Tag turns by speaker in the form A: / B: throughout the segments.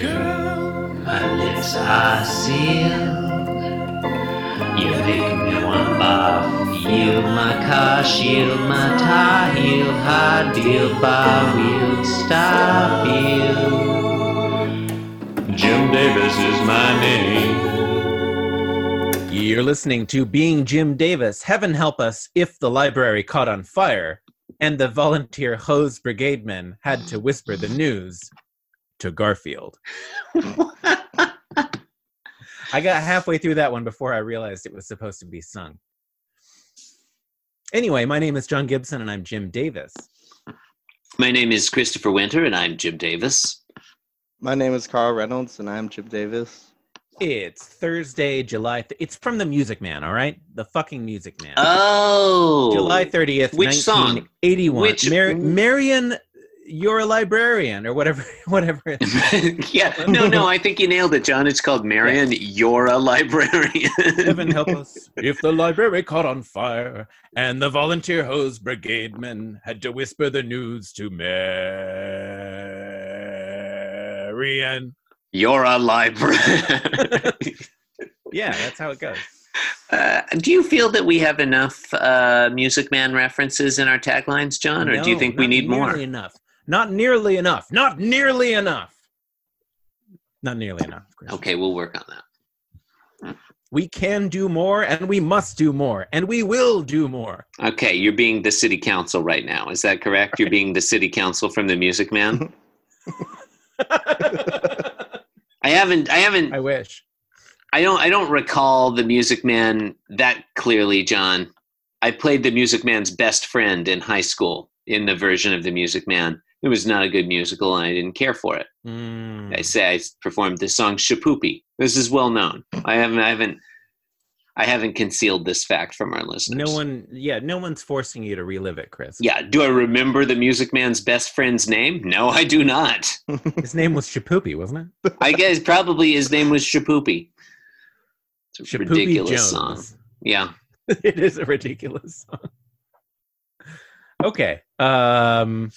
A: Girl, my lips are sealed. You make me want bath. Yield my car, shield my tie, heel, hard deal, bar wheel, star field. Jim Davis is my name.
B: You're listening to Being Jim Davis, Heaven Help Us If the Library Caught on Fire, and the volunteer hose brigademen had to whisper the news to Garfield. I got halfway through that one before I realized it was supposed to be sung. Anyway, my name is John Gibson and I'm Jim Davis.
A: My name is Christopher Winter, and I'm Jim Davis.
C: My name is Carl Reynolds, and I'm Chip Davis.
B: It's Thursday, July. Th- it's from the Music Man, all right? The fucking Music Man.
A: Oh,
B: July 30th,
A: Which song?
B: 1981.
A: Which-
B: Mar- Marion, you're a librarian or whatever, whatever. it is.
A: yeah, no, no, I think you nailed it, John. It's called Marion. You're a librarian.
B: Heaven help us if the library caught on fire and the volunteer hose brigademen had to whisper the news to Marion.
A: You're a librarian.
B: Yeah, that's how it goes.
A: Uh, do you feel that we have enough uh, Music Man references in our taglines, John, or do you
B: No,
A: think we
B: not
A: need more?
B: nearly Enough. Not nearly enough. Not nearly enough. Not nearly enough. of course.
A: Okay, we'll work on that.
B: We can do more and we must do more and we will do more.
A: Okay, you're being the city council right now. Is that correct? You're being the city council from the Music Man. I haven't, I haven't,
B: I wish.
A: I don't, I don't recall the Music Man that clearly, John. I played the Music Man's best friend in high school in the version of the Music Man. It was not a good musical, and I didn't care for it.
B: Mm.
A: I say I performed this song Shapoopy. This is well known. I haven't I haven't I haven't concealed this fact from our listeners.
B: No one, yeah, no one's forcing you to relive it, Chris.
A: Yeah, do I remember the music man's best friend's name? No, I do not.
B: His name was Shapoopy, wasn't it?
A: I guess probably his name was Shapoopy. It's a
B: Shapoopy
A: ridiculous
B: Jones.
A: song. Yeah.
B: it is a ridiculous song. Okay. Um,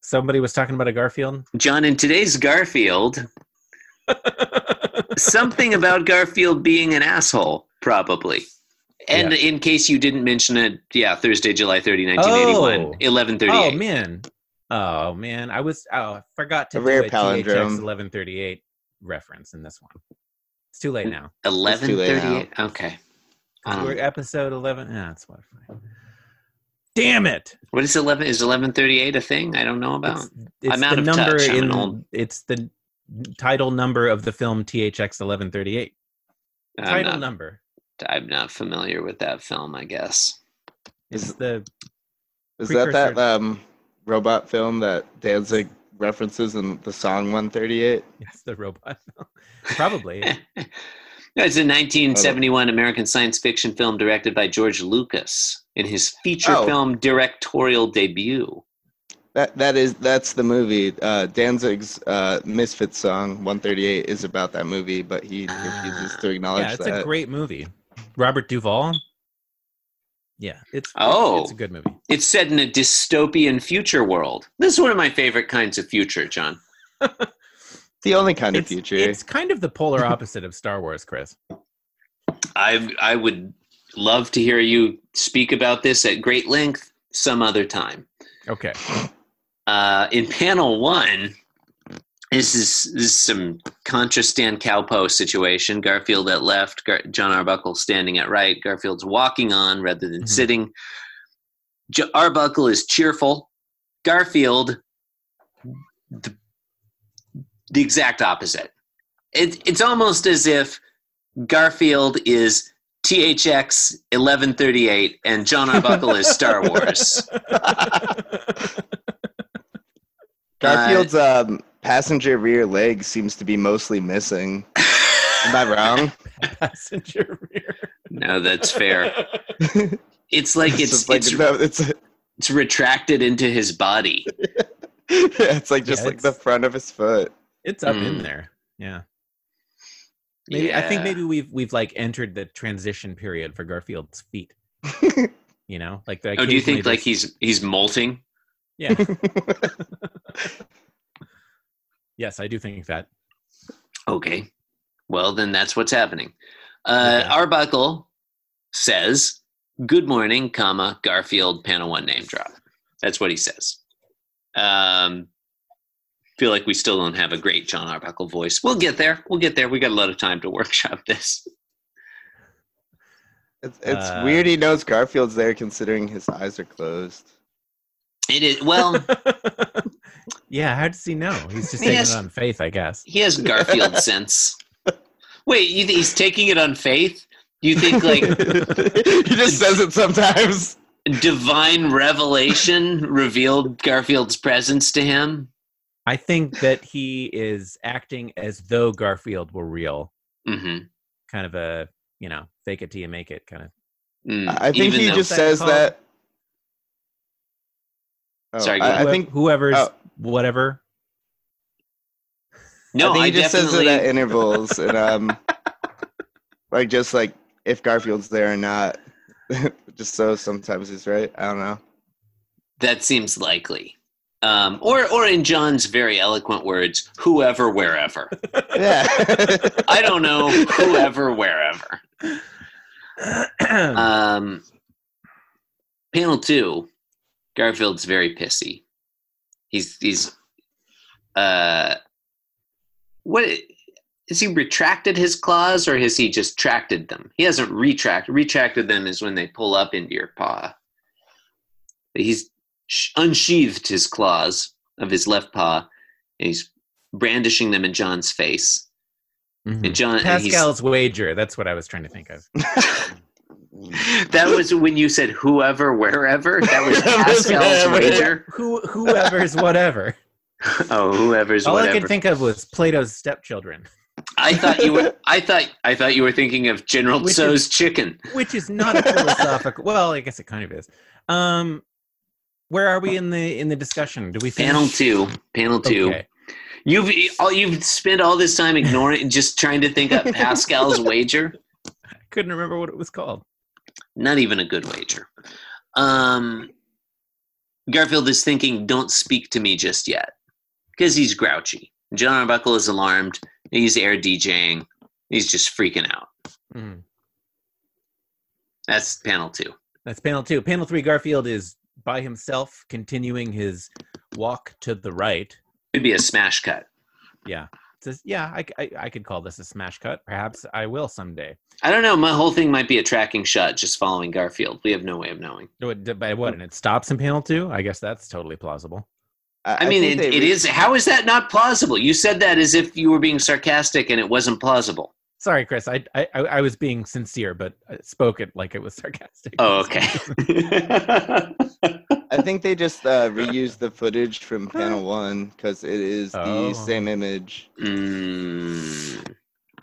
B: somebody was talking about a Garfield.
A: John, in today's Garfield,
B: Oh,
A: something about Garfield being an asshole, probably. And in case you didn't mention it, yeah, Thursday, July 30, 1981,
B: Oh.
A: 1138.
B: Oh man. Oh man. I was. Oh, I forgot to
C: A rare
B: do a
C: palindrome.
B: Eleven thirty-eight reference in this one. It's too late now.
A: Eleven
C: too late now.
A: thirty-eight. Okay. Um,
B: We're episode eleven. Yeah, that's what. Damn it!
A: what is eleven? Is eleven thirty-eight a thing? I don't know about.
B: It's, it's
A: I'm out
B: the
A: of
B: number
A: touch. I'm an
B: in
A: old-
B: it's the title number of the film THX 1138.
A: I'm
B: Title
A: not,
B: number.
A: I'm not familiar with that film. I guess.
B: It's
C: Is-
B: the
C: Is that that
B: Precursor.
C: um, robot film that Danzig references in the song 138?
B: it's the robot. film. Probably.
A: No, it's a 1971 American science fiction film directed by George Lucas in his feature
C: Oh.
A: film directorial debut.
C: That that is that's the movie. Uh, Danzig's uh, Misfit song 138 is about that movie, but he refuses to acknowledge
B: Ah, yeah, it's
C: that.
B: a great movie. Robert Duvall. Yeah, it's
A: Oh.
B: it's a good movie.
A: It's set in a dystopian future world. This is one of my favorite kinds of future, John.
C: the only kind of
B: It's,
C: future.
B: it's kind of the polar opposite of Star Wars, Chris.
A: I I would love to hear you speak about this at great length some other time.
B: Okay.
A: uh, in panel one, this is this is some contra Stan Cowpo situation. Garfield at left, Gar- John Arbuckle standing at right. Garfield's walking on rather than
B: Mhm.
A: sitting. J- Arbuckle is cheerful. Garfield, the, the exact opposite. It, it's almost as if Garfield is THX 1138 and John Arbuckle is Star Wars.
C: Garfield's um, passenger rear leg seems to be mostly missing. Am I wrong?
B: Passenger rear.
A: No, that's fair. It's like it's
C: just like,
A: it's,
C: no, it's
A: it's retracted into his body.
C: it's like just
B: Yeah,
C: like
B: it's-
C: the front of his foot.
B: It's up
A: Mm.
B: in there. Yeah. Maybe I think
A: Yeah.
B: maybe we've we've like entered the transition period for Garfield's feet. you know, like the
A: Oh, do you
B: occasionally
A: think like
B: there's-
A: he's he's molting?
B: Yeah. Yes, I do think that.
A: Okay. Well, then that's what's happening. Uh,
B: Okay.
A: Arbuckle says, "Good morning, comma Garfield panel one name drop." That's what he says. Um, feel like we still don't have a great John Arbuckle voice. We'll get there. We'll get there. We got a lot of time to workshop this.
C: It's, it's
B: Uh,
C: weird he knows Garfield's there considering his eyes are closed.
A: It is well.
B: yeah, how does he know? He's just taking
A: Yes.
B: it on faith, I guess.
A: He has Garfield sense. Wait, you th- he's taking it on faith? You think like
C: he just says it sometimes.
A: divine revelation revealed Garfield's presence to him?
B: I think that he is acting as though Garfield were real,
A: hmm
B: kind of a you know fake it till you make it kind of.
A: Hmm. Mm,
C: I I think he
B: though- What's
C: just
B: that
C: says
B: called?
C: that. Oh,
A: Sorry, go
C: I, I
B: Whoe-
C: think
B: whoever's
C: oh.
B: whatever.
A: no, I,
C: I think he just says
A: definitely
C: it at intervals, and um, like just like if Garfield's there or not. just so sometimes he's right. I don't know.
A: that seems likely. Um, or, or in John's very eloquent words, whoever, wherever.
C: Yeah.
A: I don't know, whoever, wherever. uh,
B: Hmm. Mm-hmm.
A: Um, panel two, Garfield's very pissy. He's he's uh, what has he retracted his claws or has he just tracted them? He hasn't retracted. Retracted them is when they pull up into your paw. He's sh- unsheathed his claws of his left paw, and he's brandishing them in John's face. And
B: Mhm.
A: John and he's-
B: Pascal's wager. That's what I was trying to think of.
A: That was when you said whoever, wherever. That was
C: That was
A: Pascal's
C: wherever.
A: wager.
B: Who whoever's whatever.
A: Oh, whoever's
B: All I
A: whatever. I,
B: could think of was Plato's stepchildren,
A: thought you were. I thought. I thought you were thinking of General
B: Which
A: Tso's chicken.
B: which is not a philosophical. Well, I guess it kind of is. Um, where are we in the in the discussion? Do we finish?
A: Panel two. Panel two.
B: Okay.
A: You've all you've spent all this time ignoring, just trying to think of Pascal's wager.
B: I couldn't remember what it was called.
A: Not even a good wager. Um, Garfield is thinking, "Don't speak to me just yet," because he's grouchy. John Arbuckle is alarmed. He's air DJing. He's just freaking out.
B: Mm.
A: That's panel two.
B: That's panel two. Panel three. Garfield is by himself, continuing his walk to the right.
A: Could be a smash cut.
B: Yeah. Says, yeah, I, c- I- I could call this a smash cut. Perhaps I will someday.
A: I don't know. My whole thing might be a tracking shot just following Garfield. We have no way of knowing.
B: No, it did- By what? And it stops in panel two. I guess that's totally plausible.
A: I, mean,
C: think
A: it,
C: they
A: it
C: re-
A: is. How is that not plausible? You said that as if you were being sarcastic and it wasn't plausible.
B: Sorry, Chris. I I, I I was being sincere, but I spoke it like it was sarcastic.
A: Oh, okay.
C: I think they just uh, reused the footage from panel one because it is
B: Oh.
C: the same image.
A: mm,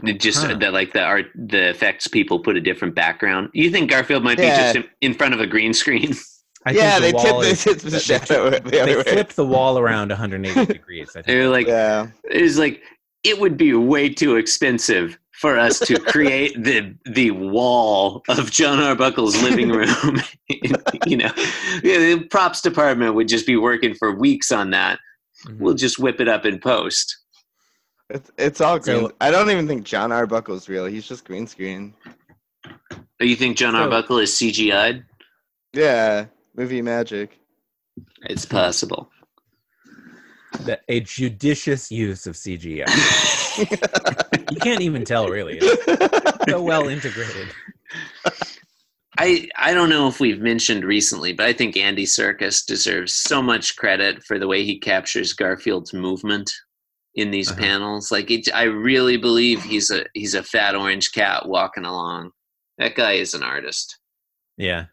A: it just
B: Huh.
A: that, like the art, the effects people put a different background. You think Garfield might
C: Yeah.
A: be just in, in front of a green screen?
B: I think
C: yeah,
B: the
C: they
B: wall
C: tipped, they
B: is-
C: tipped the
B: they
C: shadow the
B: They
C: other way.
B: flipped the wall around 180 degrees. I think.
A: They're like,
C: yeah.
A: it's like it would be way too expensive for us to create the the wall of John Arbuckle's living room. you know, Yeah, the props department would just be working for weeks on that.
B: Mm-hmm.
A: We'll just whip it up in post.
C: It's, it's all green.
B: So-
C: I don't even think John Arbuckle's real. He's just green screen.
A: Oh, You think John
B: So-
A: Arbuckle is CGI'd?
C: Yeah, movie magic.
A: It's possible.
B: The- a judicious use of CGI. You can't even tell, really. It's so well integrated.
A: I I don't know if we've mentioned recently, but I think Andy Circus deserves so much credit for the way he captures Garfield's movement in these
B: Uh-huh.
A: panels. Like it, I really believe he's a he's a fat orange cat walking along. That guy is an artist.
B: Yeah.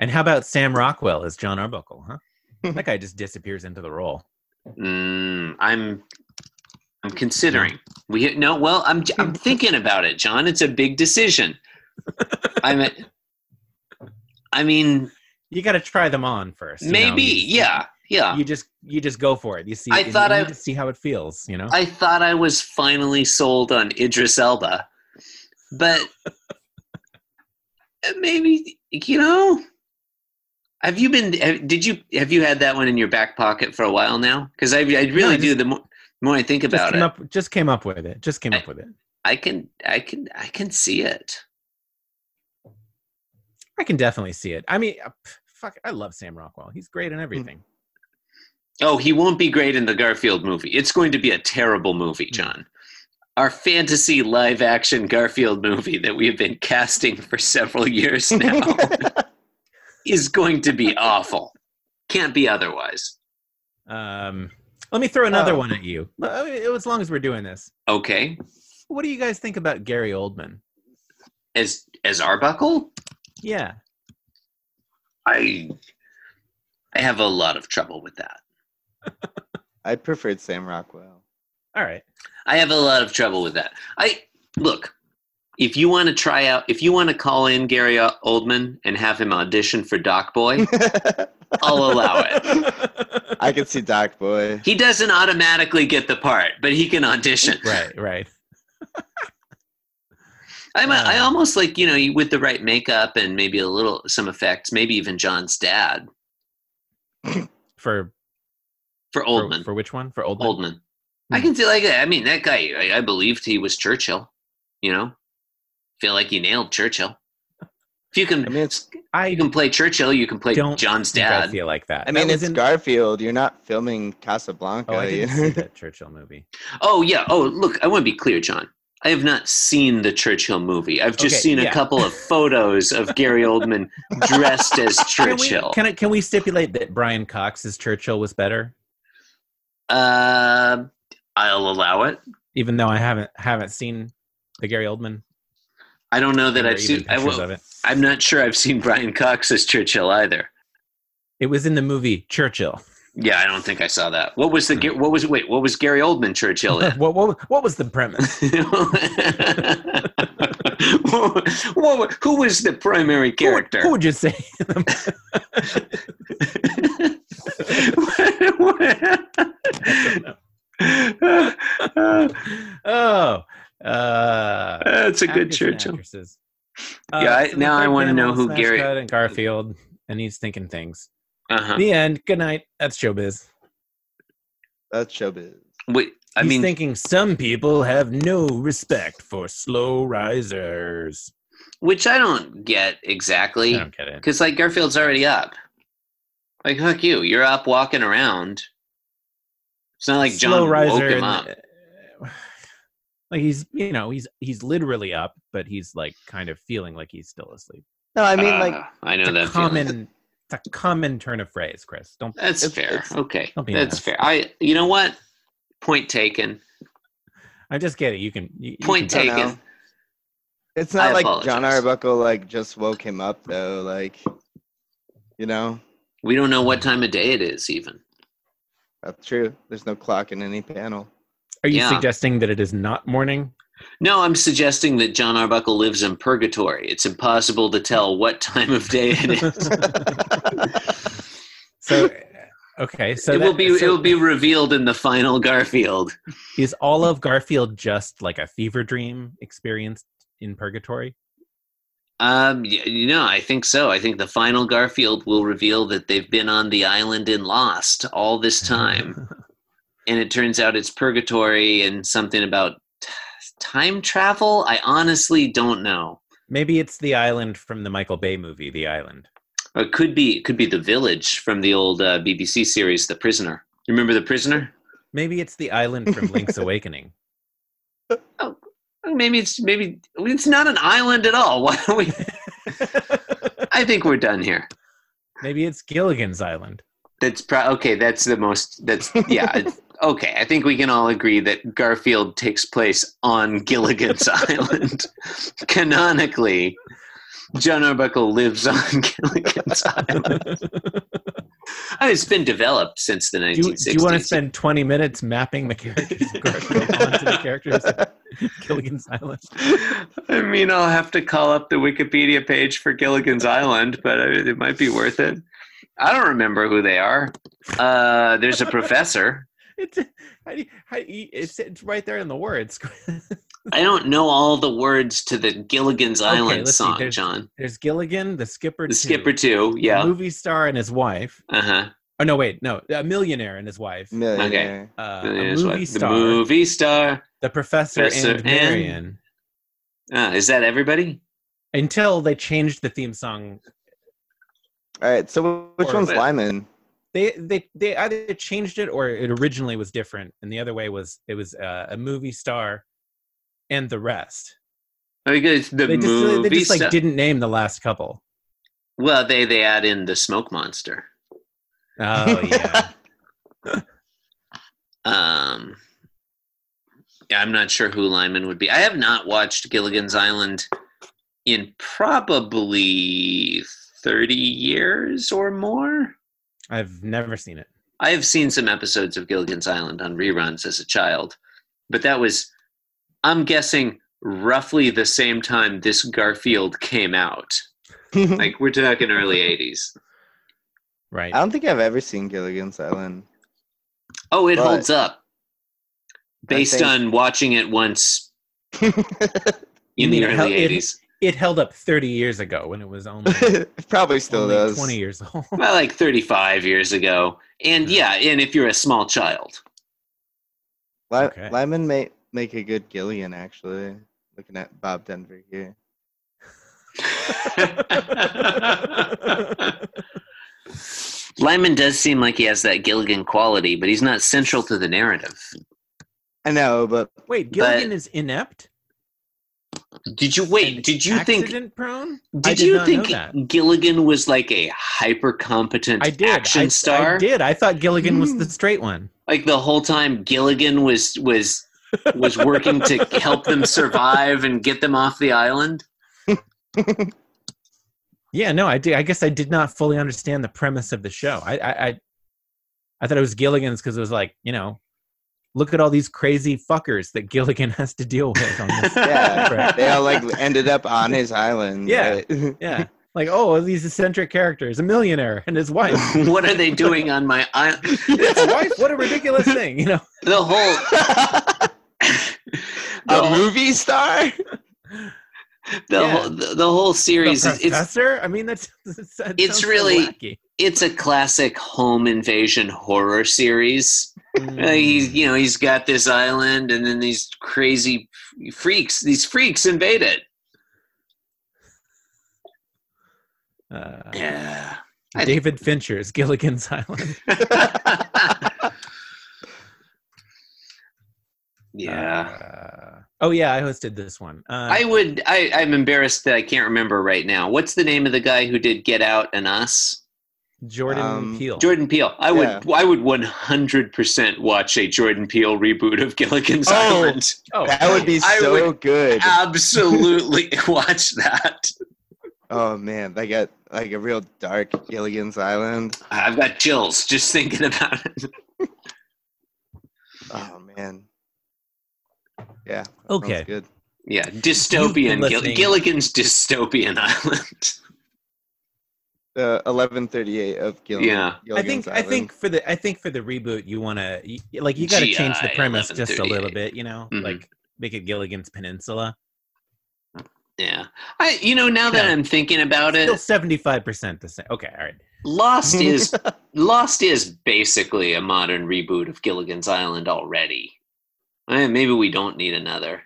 B: And how about Sam Rockwell as John Arbuckle? Huh? that guy just disappears into the role.
A: Mm, I'm I'm considering. We no, well, I'm I'm thinking about it, John. It's a big decision. I'm a, I mean,
B: You got to try them on first. you know?
A: maybe,
B: You just-
A: yeah, yeah.
B: You just you just go for it. You see,
A: I
B: and
A: thought
B: you
A: I-
B: just see how it feels. You know.
A: I thought I was finally sold on Idris Elba, but maybe you know. Have you been? Have, did you have you had that one in your back pocket for a while now? Because I, I really
B: I
A: do. The more The more I think
B: just
A: about
B: came
A: it,
B: up just came up with it. Just came up with it.
A: I can I can I can see it.
B: I can definitely see it. I mean, uh, pff, fuck, I love Sam Rockwell. He's great in
A: Hmm.
B: everything.
A: Oh, he won't be great in the Garfield movie. It's going to be a terrible movie,
B: Hmm.
A: John. Our fantasy live action Garfield movie that we've been casting for several years now is going to be awful. Can't be otherwise.
B: Um, let me throw another
C: Oh.
B: one at you. Uh, I mean, As long as we're doing this,
A: Okay.
B: what do you guys think about Gary Oldman?
A: As as Arbuckle,
B: Yeah,
A: I I have a lot of trouble with that.
C: I preferred Sam Rockwell.
B: all right.
A: I have a lot of trouble with that. I look, if you want to try out, if you want to call in Gary Oldman and have him audition for Doc Boy, I'll allow it.
C: I could see Doc Boy.
A: He doesn't automatically get the part, but he can audition.
B: right, right.
A: I'm a, I
B: Uh.
A: almost like you know you- with the right makeup and maybe a little some effects, maybe even John's dad
B: For
A: for
B: for-
A: Oldman.
B: For, which one? For Oldman.
A: Oldman, I
B: Hmm.
A: can see like I mean that guy. I, I believed he was Churchill. You know, feel like he nailed Churchill. If you
C: I
A: can,
C: mean, it's
B: I
A: you can play Churchill. You can play
B: Don't
A: John's
B: think I
A: dad.
B: feel like that.
C: I mean,
B: That
C: it's
B: was in-
C: Garfield. You're not filming Casablanca.
B: Oh, I
C: you
B: didn't
C: know?
B: see that Churchill movie.
A: Oh yeah. Oh look, I want to be clear, John. I have not seen the Churchill movie. I've just
B: Okay,
A: seen a
B: yeah.
A: couple of photos of Gary Oldman dressed as
B: Can we,
A: Churchill.
B: can, I, can we stipulate that Brian Cox's Churchill was better,
A: uh, I'll allow it.
B: even though I haven't haven't seen the Gary Oldman?
A: I don't know that
B: or
A: I've
B: even
A: seen. I
B: pictures
A: will-
B: of it.
A: I'm not sure I've seen Brian Cox as Churchill either.
B: It was in the movie Churchill.
A: Yeah, I don't think I saw that. What was the? Ga- What was? Wait, what was Gary Oldman Churchill in?
B: what, what, what was the premise?
A: What wa- who was the primary
B: Who would-
A: character?
B: Who would you say?
A: That's
B: oh, uh,
A: a good
B: actors and
A: Churchill.
B: actresses. Uh,
A: Yeah, I-
B: the
A: now I
B: third
A: wanna
B: man
A: know
B: on
A: who
B: Smash
A: Gary-
B: Cut and Garfield, and he's thinking things.
A: Uh-huh.
B: The end. Good night. That's showbiz.
C: That's showbiz.
A: Wait, I
B: He's
A: mean,
B: thinking some people have no respect for slow risers.
A: which I don't get
B: I
A: exactly,
B: don't get it.
A: because like Garfield's already up. Like, fuck you, you're up walking around. It's not like John woke him up.
B: and- uh, Like he's, you know, he's he's literally up, but he's like kind of feeling like he's still asleep.
C: No, I mean, like,
A: Ah, I know
B: It's a
A: that
B: common,
A: common.
B: it's a common turn of phrase, Chris. Don't
A: That's
C: It's-
A: fair.
C: it's-
A: Okay,
B: Don't be
A: that's
B: nice.
A: fair. I, you know what? Point taken.
B: I just get it. You can you, you
A: Point
B: can-
C: I don't
A: taken.
C: know. it's not
A: I
C: like John
A: apologize.
C: Arbuckle like just woke him up though. Like, you know,
A: We don't know what time of day it is, even.
C: that's true. There's no clock in any panel.
B: Are you
A: Yeah.
B: suggesting that it is not morning?
A: No, I'm suggesting that John Arbuckle lives in purgatory. It's impossible to tell what time of day it is.
B: So uh, okay, so
A: it will
B: that-
A: be
B: so
A: it will be revealed in the final Garfield.
B: Is all of Garfield just like a fever dream experienced in purgatory?
A: Um, y- you know, I think so. I think the final Garfield will reveal that they've been on the island in Lost all this time, and it turns out it's purgatory and something about t- time travel. I honestly don't know.
B: Maybe it's the island from the Michael Bay movie, The Island.
A: Or it could be it could be the village from the old uh, BBC series The Prisoner. You remember The Prisoner?
B: Maybe it's the island from Link's Awakening.
A: Oh, Maybe it's maybe it's not an island at all. Why don't we? I think we're done here.
B: Maybe it's Gilligan's Island.
A: That's pro- okay. That's the most. That's yeah. it's- okay, I think we can all agree that Garfield takes place on Gilligan's Island. Canonically, John Arbuckle lives on Gilligan's Island. I mean, it's been developed since the
B: Do you,
A: 1960s.
B: do you want to spend 20 minutes mapping the characters of Garfield onto the characters of Gilligan's Island?
A: I mean, I'll have to call up the Wikipedia page for Gilligan's Island, but I, it might be worth it. I don't remember who they are. Uh, there's a professor.
B: It's, how do you, how do you- it's, it's right there in the words.
A: I don't know all the words to the Gilligan's
B: Okay,
A: Island
B: let's see,
A: song,
B: there's
A: John.
B: There's Gilligan, the skipper,
A: The
B: too,
A: Skipper too.
B: the
A: Yeah.
B: movie star and his wife.
A: Uh huh.
B: Oh no, wait, no, a millionaire and his wife,
C: Millionaire.
B: uh,
A: And
B: a
A: there's
B: movie
A: what- the
B: star,
A: movie star.
B: the professor,
A: Professor
B: and
A: and-
B: Marion.
A: Ah, is that everybody?
B: Until they changed the theme song,
C: All right. So wh- which
B: Or
C: one's
A: what?
C: Lyman?
B: they they they either changed it or it originally was different, and the other way was it was uh, a movie star, and the rest.
A: Oh, because the
B: they just
A: movie
B: they just like
A: star-
B: didn't name the last couple.
A: Well, they they add in the smoke monster.
B: Oh yeah,
A: Um, yeah, I'm not sure who Lyman would be. I have not watched Gilligan's Island in probably 30 years or more.
B: I've never seen it.
A: I have seen some episodes of Gilligan's Island on reruns as a child, but that was, I'm guessing, roughly the same time this Garfield came out.
C: I
A: Like, we're talking early 80s.
B: Right.
C: don't think I've ever seen Gilligan's Island.
A: Oh, it
C: But-
A: holds up. Based
C: think-
A: on watching it once
B: You
A: in the
B: mean how-
A: early
B: if-
A: 80s.
B: It held up 30 years ago when it was only,
C: Probably still
B: only
C: does.
B: 20 years old.
A: well, like 35 years ago. And yeah, and if you're a small child,
C: Ly-
B: Okay.
C: Lyman may make a good Gillian, actually. Looking at Bob Denver here.
A: Lyman does seem like he has that Gilligan quality, but he's not central to the narrative.
C: I know, but
B: Wait, Gilligan is inept?
A: Did you wait? Did you
B: accident
A: think?
B: prone?
A: Did
B: I did
A: you
B: not know
A: think
B: that.
A: Gilligan was like a hyper competent
B: I did.
A: action
B: I,
A: star?
B: I did. I thought Gilligan was
C: Hmm.
B: the straight one.
A: Like the whole time, Gilligan was was was working to help them survive and get them off the island.
B: Yeah, no, I did. I guess I did not fully understand the premise of the show. I, I, I, I thought it was Gilligan's because it was like, you know, look at all these crazy fuckers that Gilligan has to deal with on this.
C: yeah, they all like ended up on his island.
B: Yeah.
C: but-
B: yeah, like oh, these eccentric characters, a millionaire and his wife.
A: what are they doing on my island?
B: His wife, what a ridiculous thing, you know.
A: The whole the,
C: a
A: whole,
C: movie star?
A: the,
B: yeah.
A: whole, the, the whole series
B: the
A: is it's
B: professor? I mean, that's, that's that
A: It's
B: sounds so
A: really-
B: wacky.
A: it's a classic home invasion horror series. Uh, he's you know he's got this island, and then these crazy freaks these freaks invade it.
B: Uh,
A: Yeah.
B: David Fincher's Gilligan's Island.
A: yeah.
B: Uh, oh yeah, I hosted this one. Uh,
A: I would. I, I'm embarrassed that I can't remember right now. What's the name of the guy who did Get Out and Us?
B: Jordan
C: um,
B: Peele.
A: Jordan Peele. I
C: Yeah.
A: would I would 100% watch a Jordan Peele reboot of Gilligan's
C: Oh.
A: Island.
B: oh,
C: That would be
A: I
C: so good.
A: Absolutely watch that.
C: oh man, they got like a real dark Gilligan's Island.
A: I've got chills just thinking about it.
C: Oh man. Yeah. that sounds
B: Okay.
C: Good.
A: Yeah,
B: You've
A: dystopian
B: been
A: Gil-
B: listening.
A: Gilligan's dystopian island.
C: The eleven thirty eight of Gilligan.
A: Yeah.
B: I think I think for the I think for the reboot you want to like you got to change the
A: GI
B: premise just a little
A: 1138.
B: bit, you know,
A: Mhm.
B: like make it Gilligan's Peninsula.
A: Yeah, I you know now that
B: Yeah.
A: I'm thinking about it,
B: Still seventy five percent the same. Okay, all right.
A: Lost is Lost is basically a modern reboot of Gilligan's Island already. Eh, maybe we don't need another.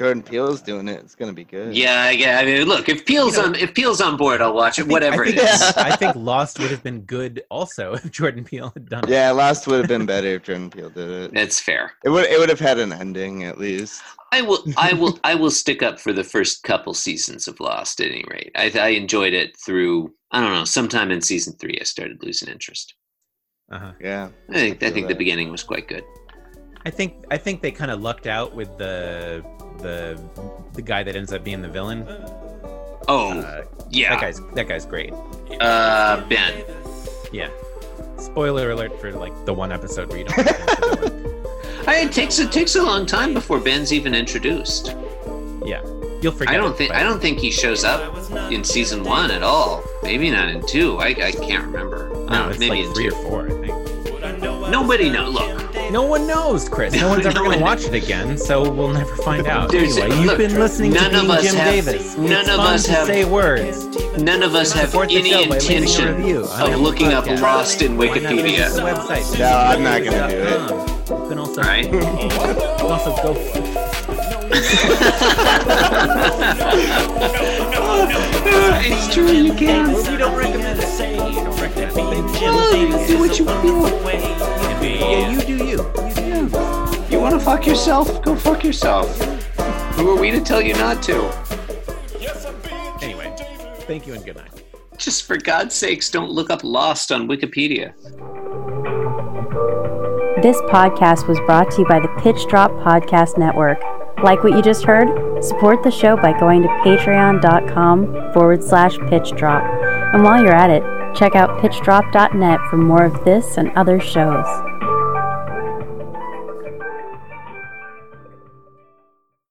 C: Jordan Peele's doing it. It's gonna be good.
A: Yeah, I gue- I mean, look, if Peel's
B: You know-
A: on if Peel's on board, I'll watch
B: I
A: it.
B: think-
A: Whatever
B: I think,
A: it is.
C: is.
B: I think Lost would have been good also if Jordan Peele had done it.
C: Yeah, Lost would have been better if Jordan Peele did it.
A: That's fair.
C: It would it would have had an ending at least.
A: I will. I will. I will stick up for the first couple seasons of Lost. At any rate, I, I enjoyed it through. I don't know. Sometime in season three, I started losing interest.
B: Uh-huh.
C: Yeah.
A: I think.
C: I
A: I,
C: feel
A: think the
C: that.
A: beginning was quite good.
B: I think I think they kind of lucked out with the the the guy that ends up being the villain.
A: Oh
B: Uh, That
A: yeah,
B: guy's that guy's great.
A: uh, Ben.
B: Yeah. Spoiler alert for like the one episode where you don't. like the villain.
A: I, it takes it takes a long time before Ben's even introduced.
B: You'll forget.
A: I don't
B: it,
A: think
B: but-
A: I don't think he shows up in season one at all. Maybe not in two. I, I can't remember. I
B: No,
A: don't-
B: it's
A: maybe
B: like
A: in
B: three
A: two.
B: or four. I think.
A: Nobody knows. Look,
B: No one knows, Chris. No one's ever
A: No one-
B: going to watch it again, so we'll never find out.
A: There's-
B: anyway, you've
A: look,
B: been listening
A: none
B: to
A: of
B: Being
A: us
B: Jim
A: have-
B: Davis.
A: none
B: it's
A: of
B: fun
A: us
B: to
A: have-
B: say words.
A: None of us have
B: Support the
A: any
B: show by leaving a
A: intention
B: review on
A: of
B: Apple
A: looking up
B: Podcasts.
A: Lost in
B: Why not visit the
A: Wikipedia.
B: website?
C: No, I'm not gonna do it.
B: You can also,
A: All right.
B: you can also go.
A: it's true, you can.
B: We don't recommend it.
A: Do what you feel.
B: Yeah, you do you.
A: You want to fuck yourself? Go fuck yourself. Who are we to tell you not to?
B: Anyway, thank you and good night.
A: Just for God's sakes, don't look up Lost on Wikipedia.
D: This podcast was brought to you by the Pitch Drop Podcast Network. Like what you just heard? Support the show by going to patreon.com forward slash pitch drop. And while you're at it, check out pitchdrop.net for more of this and other shows.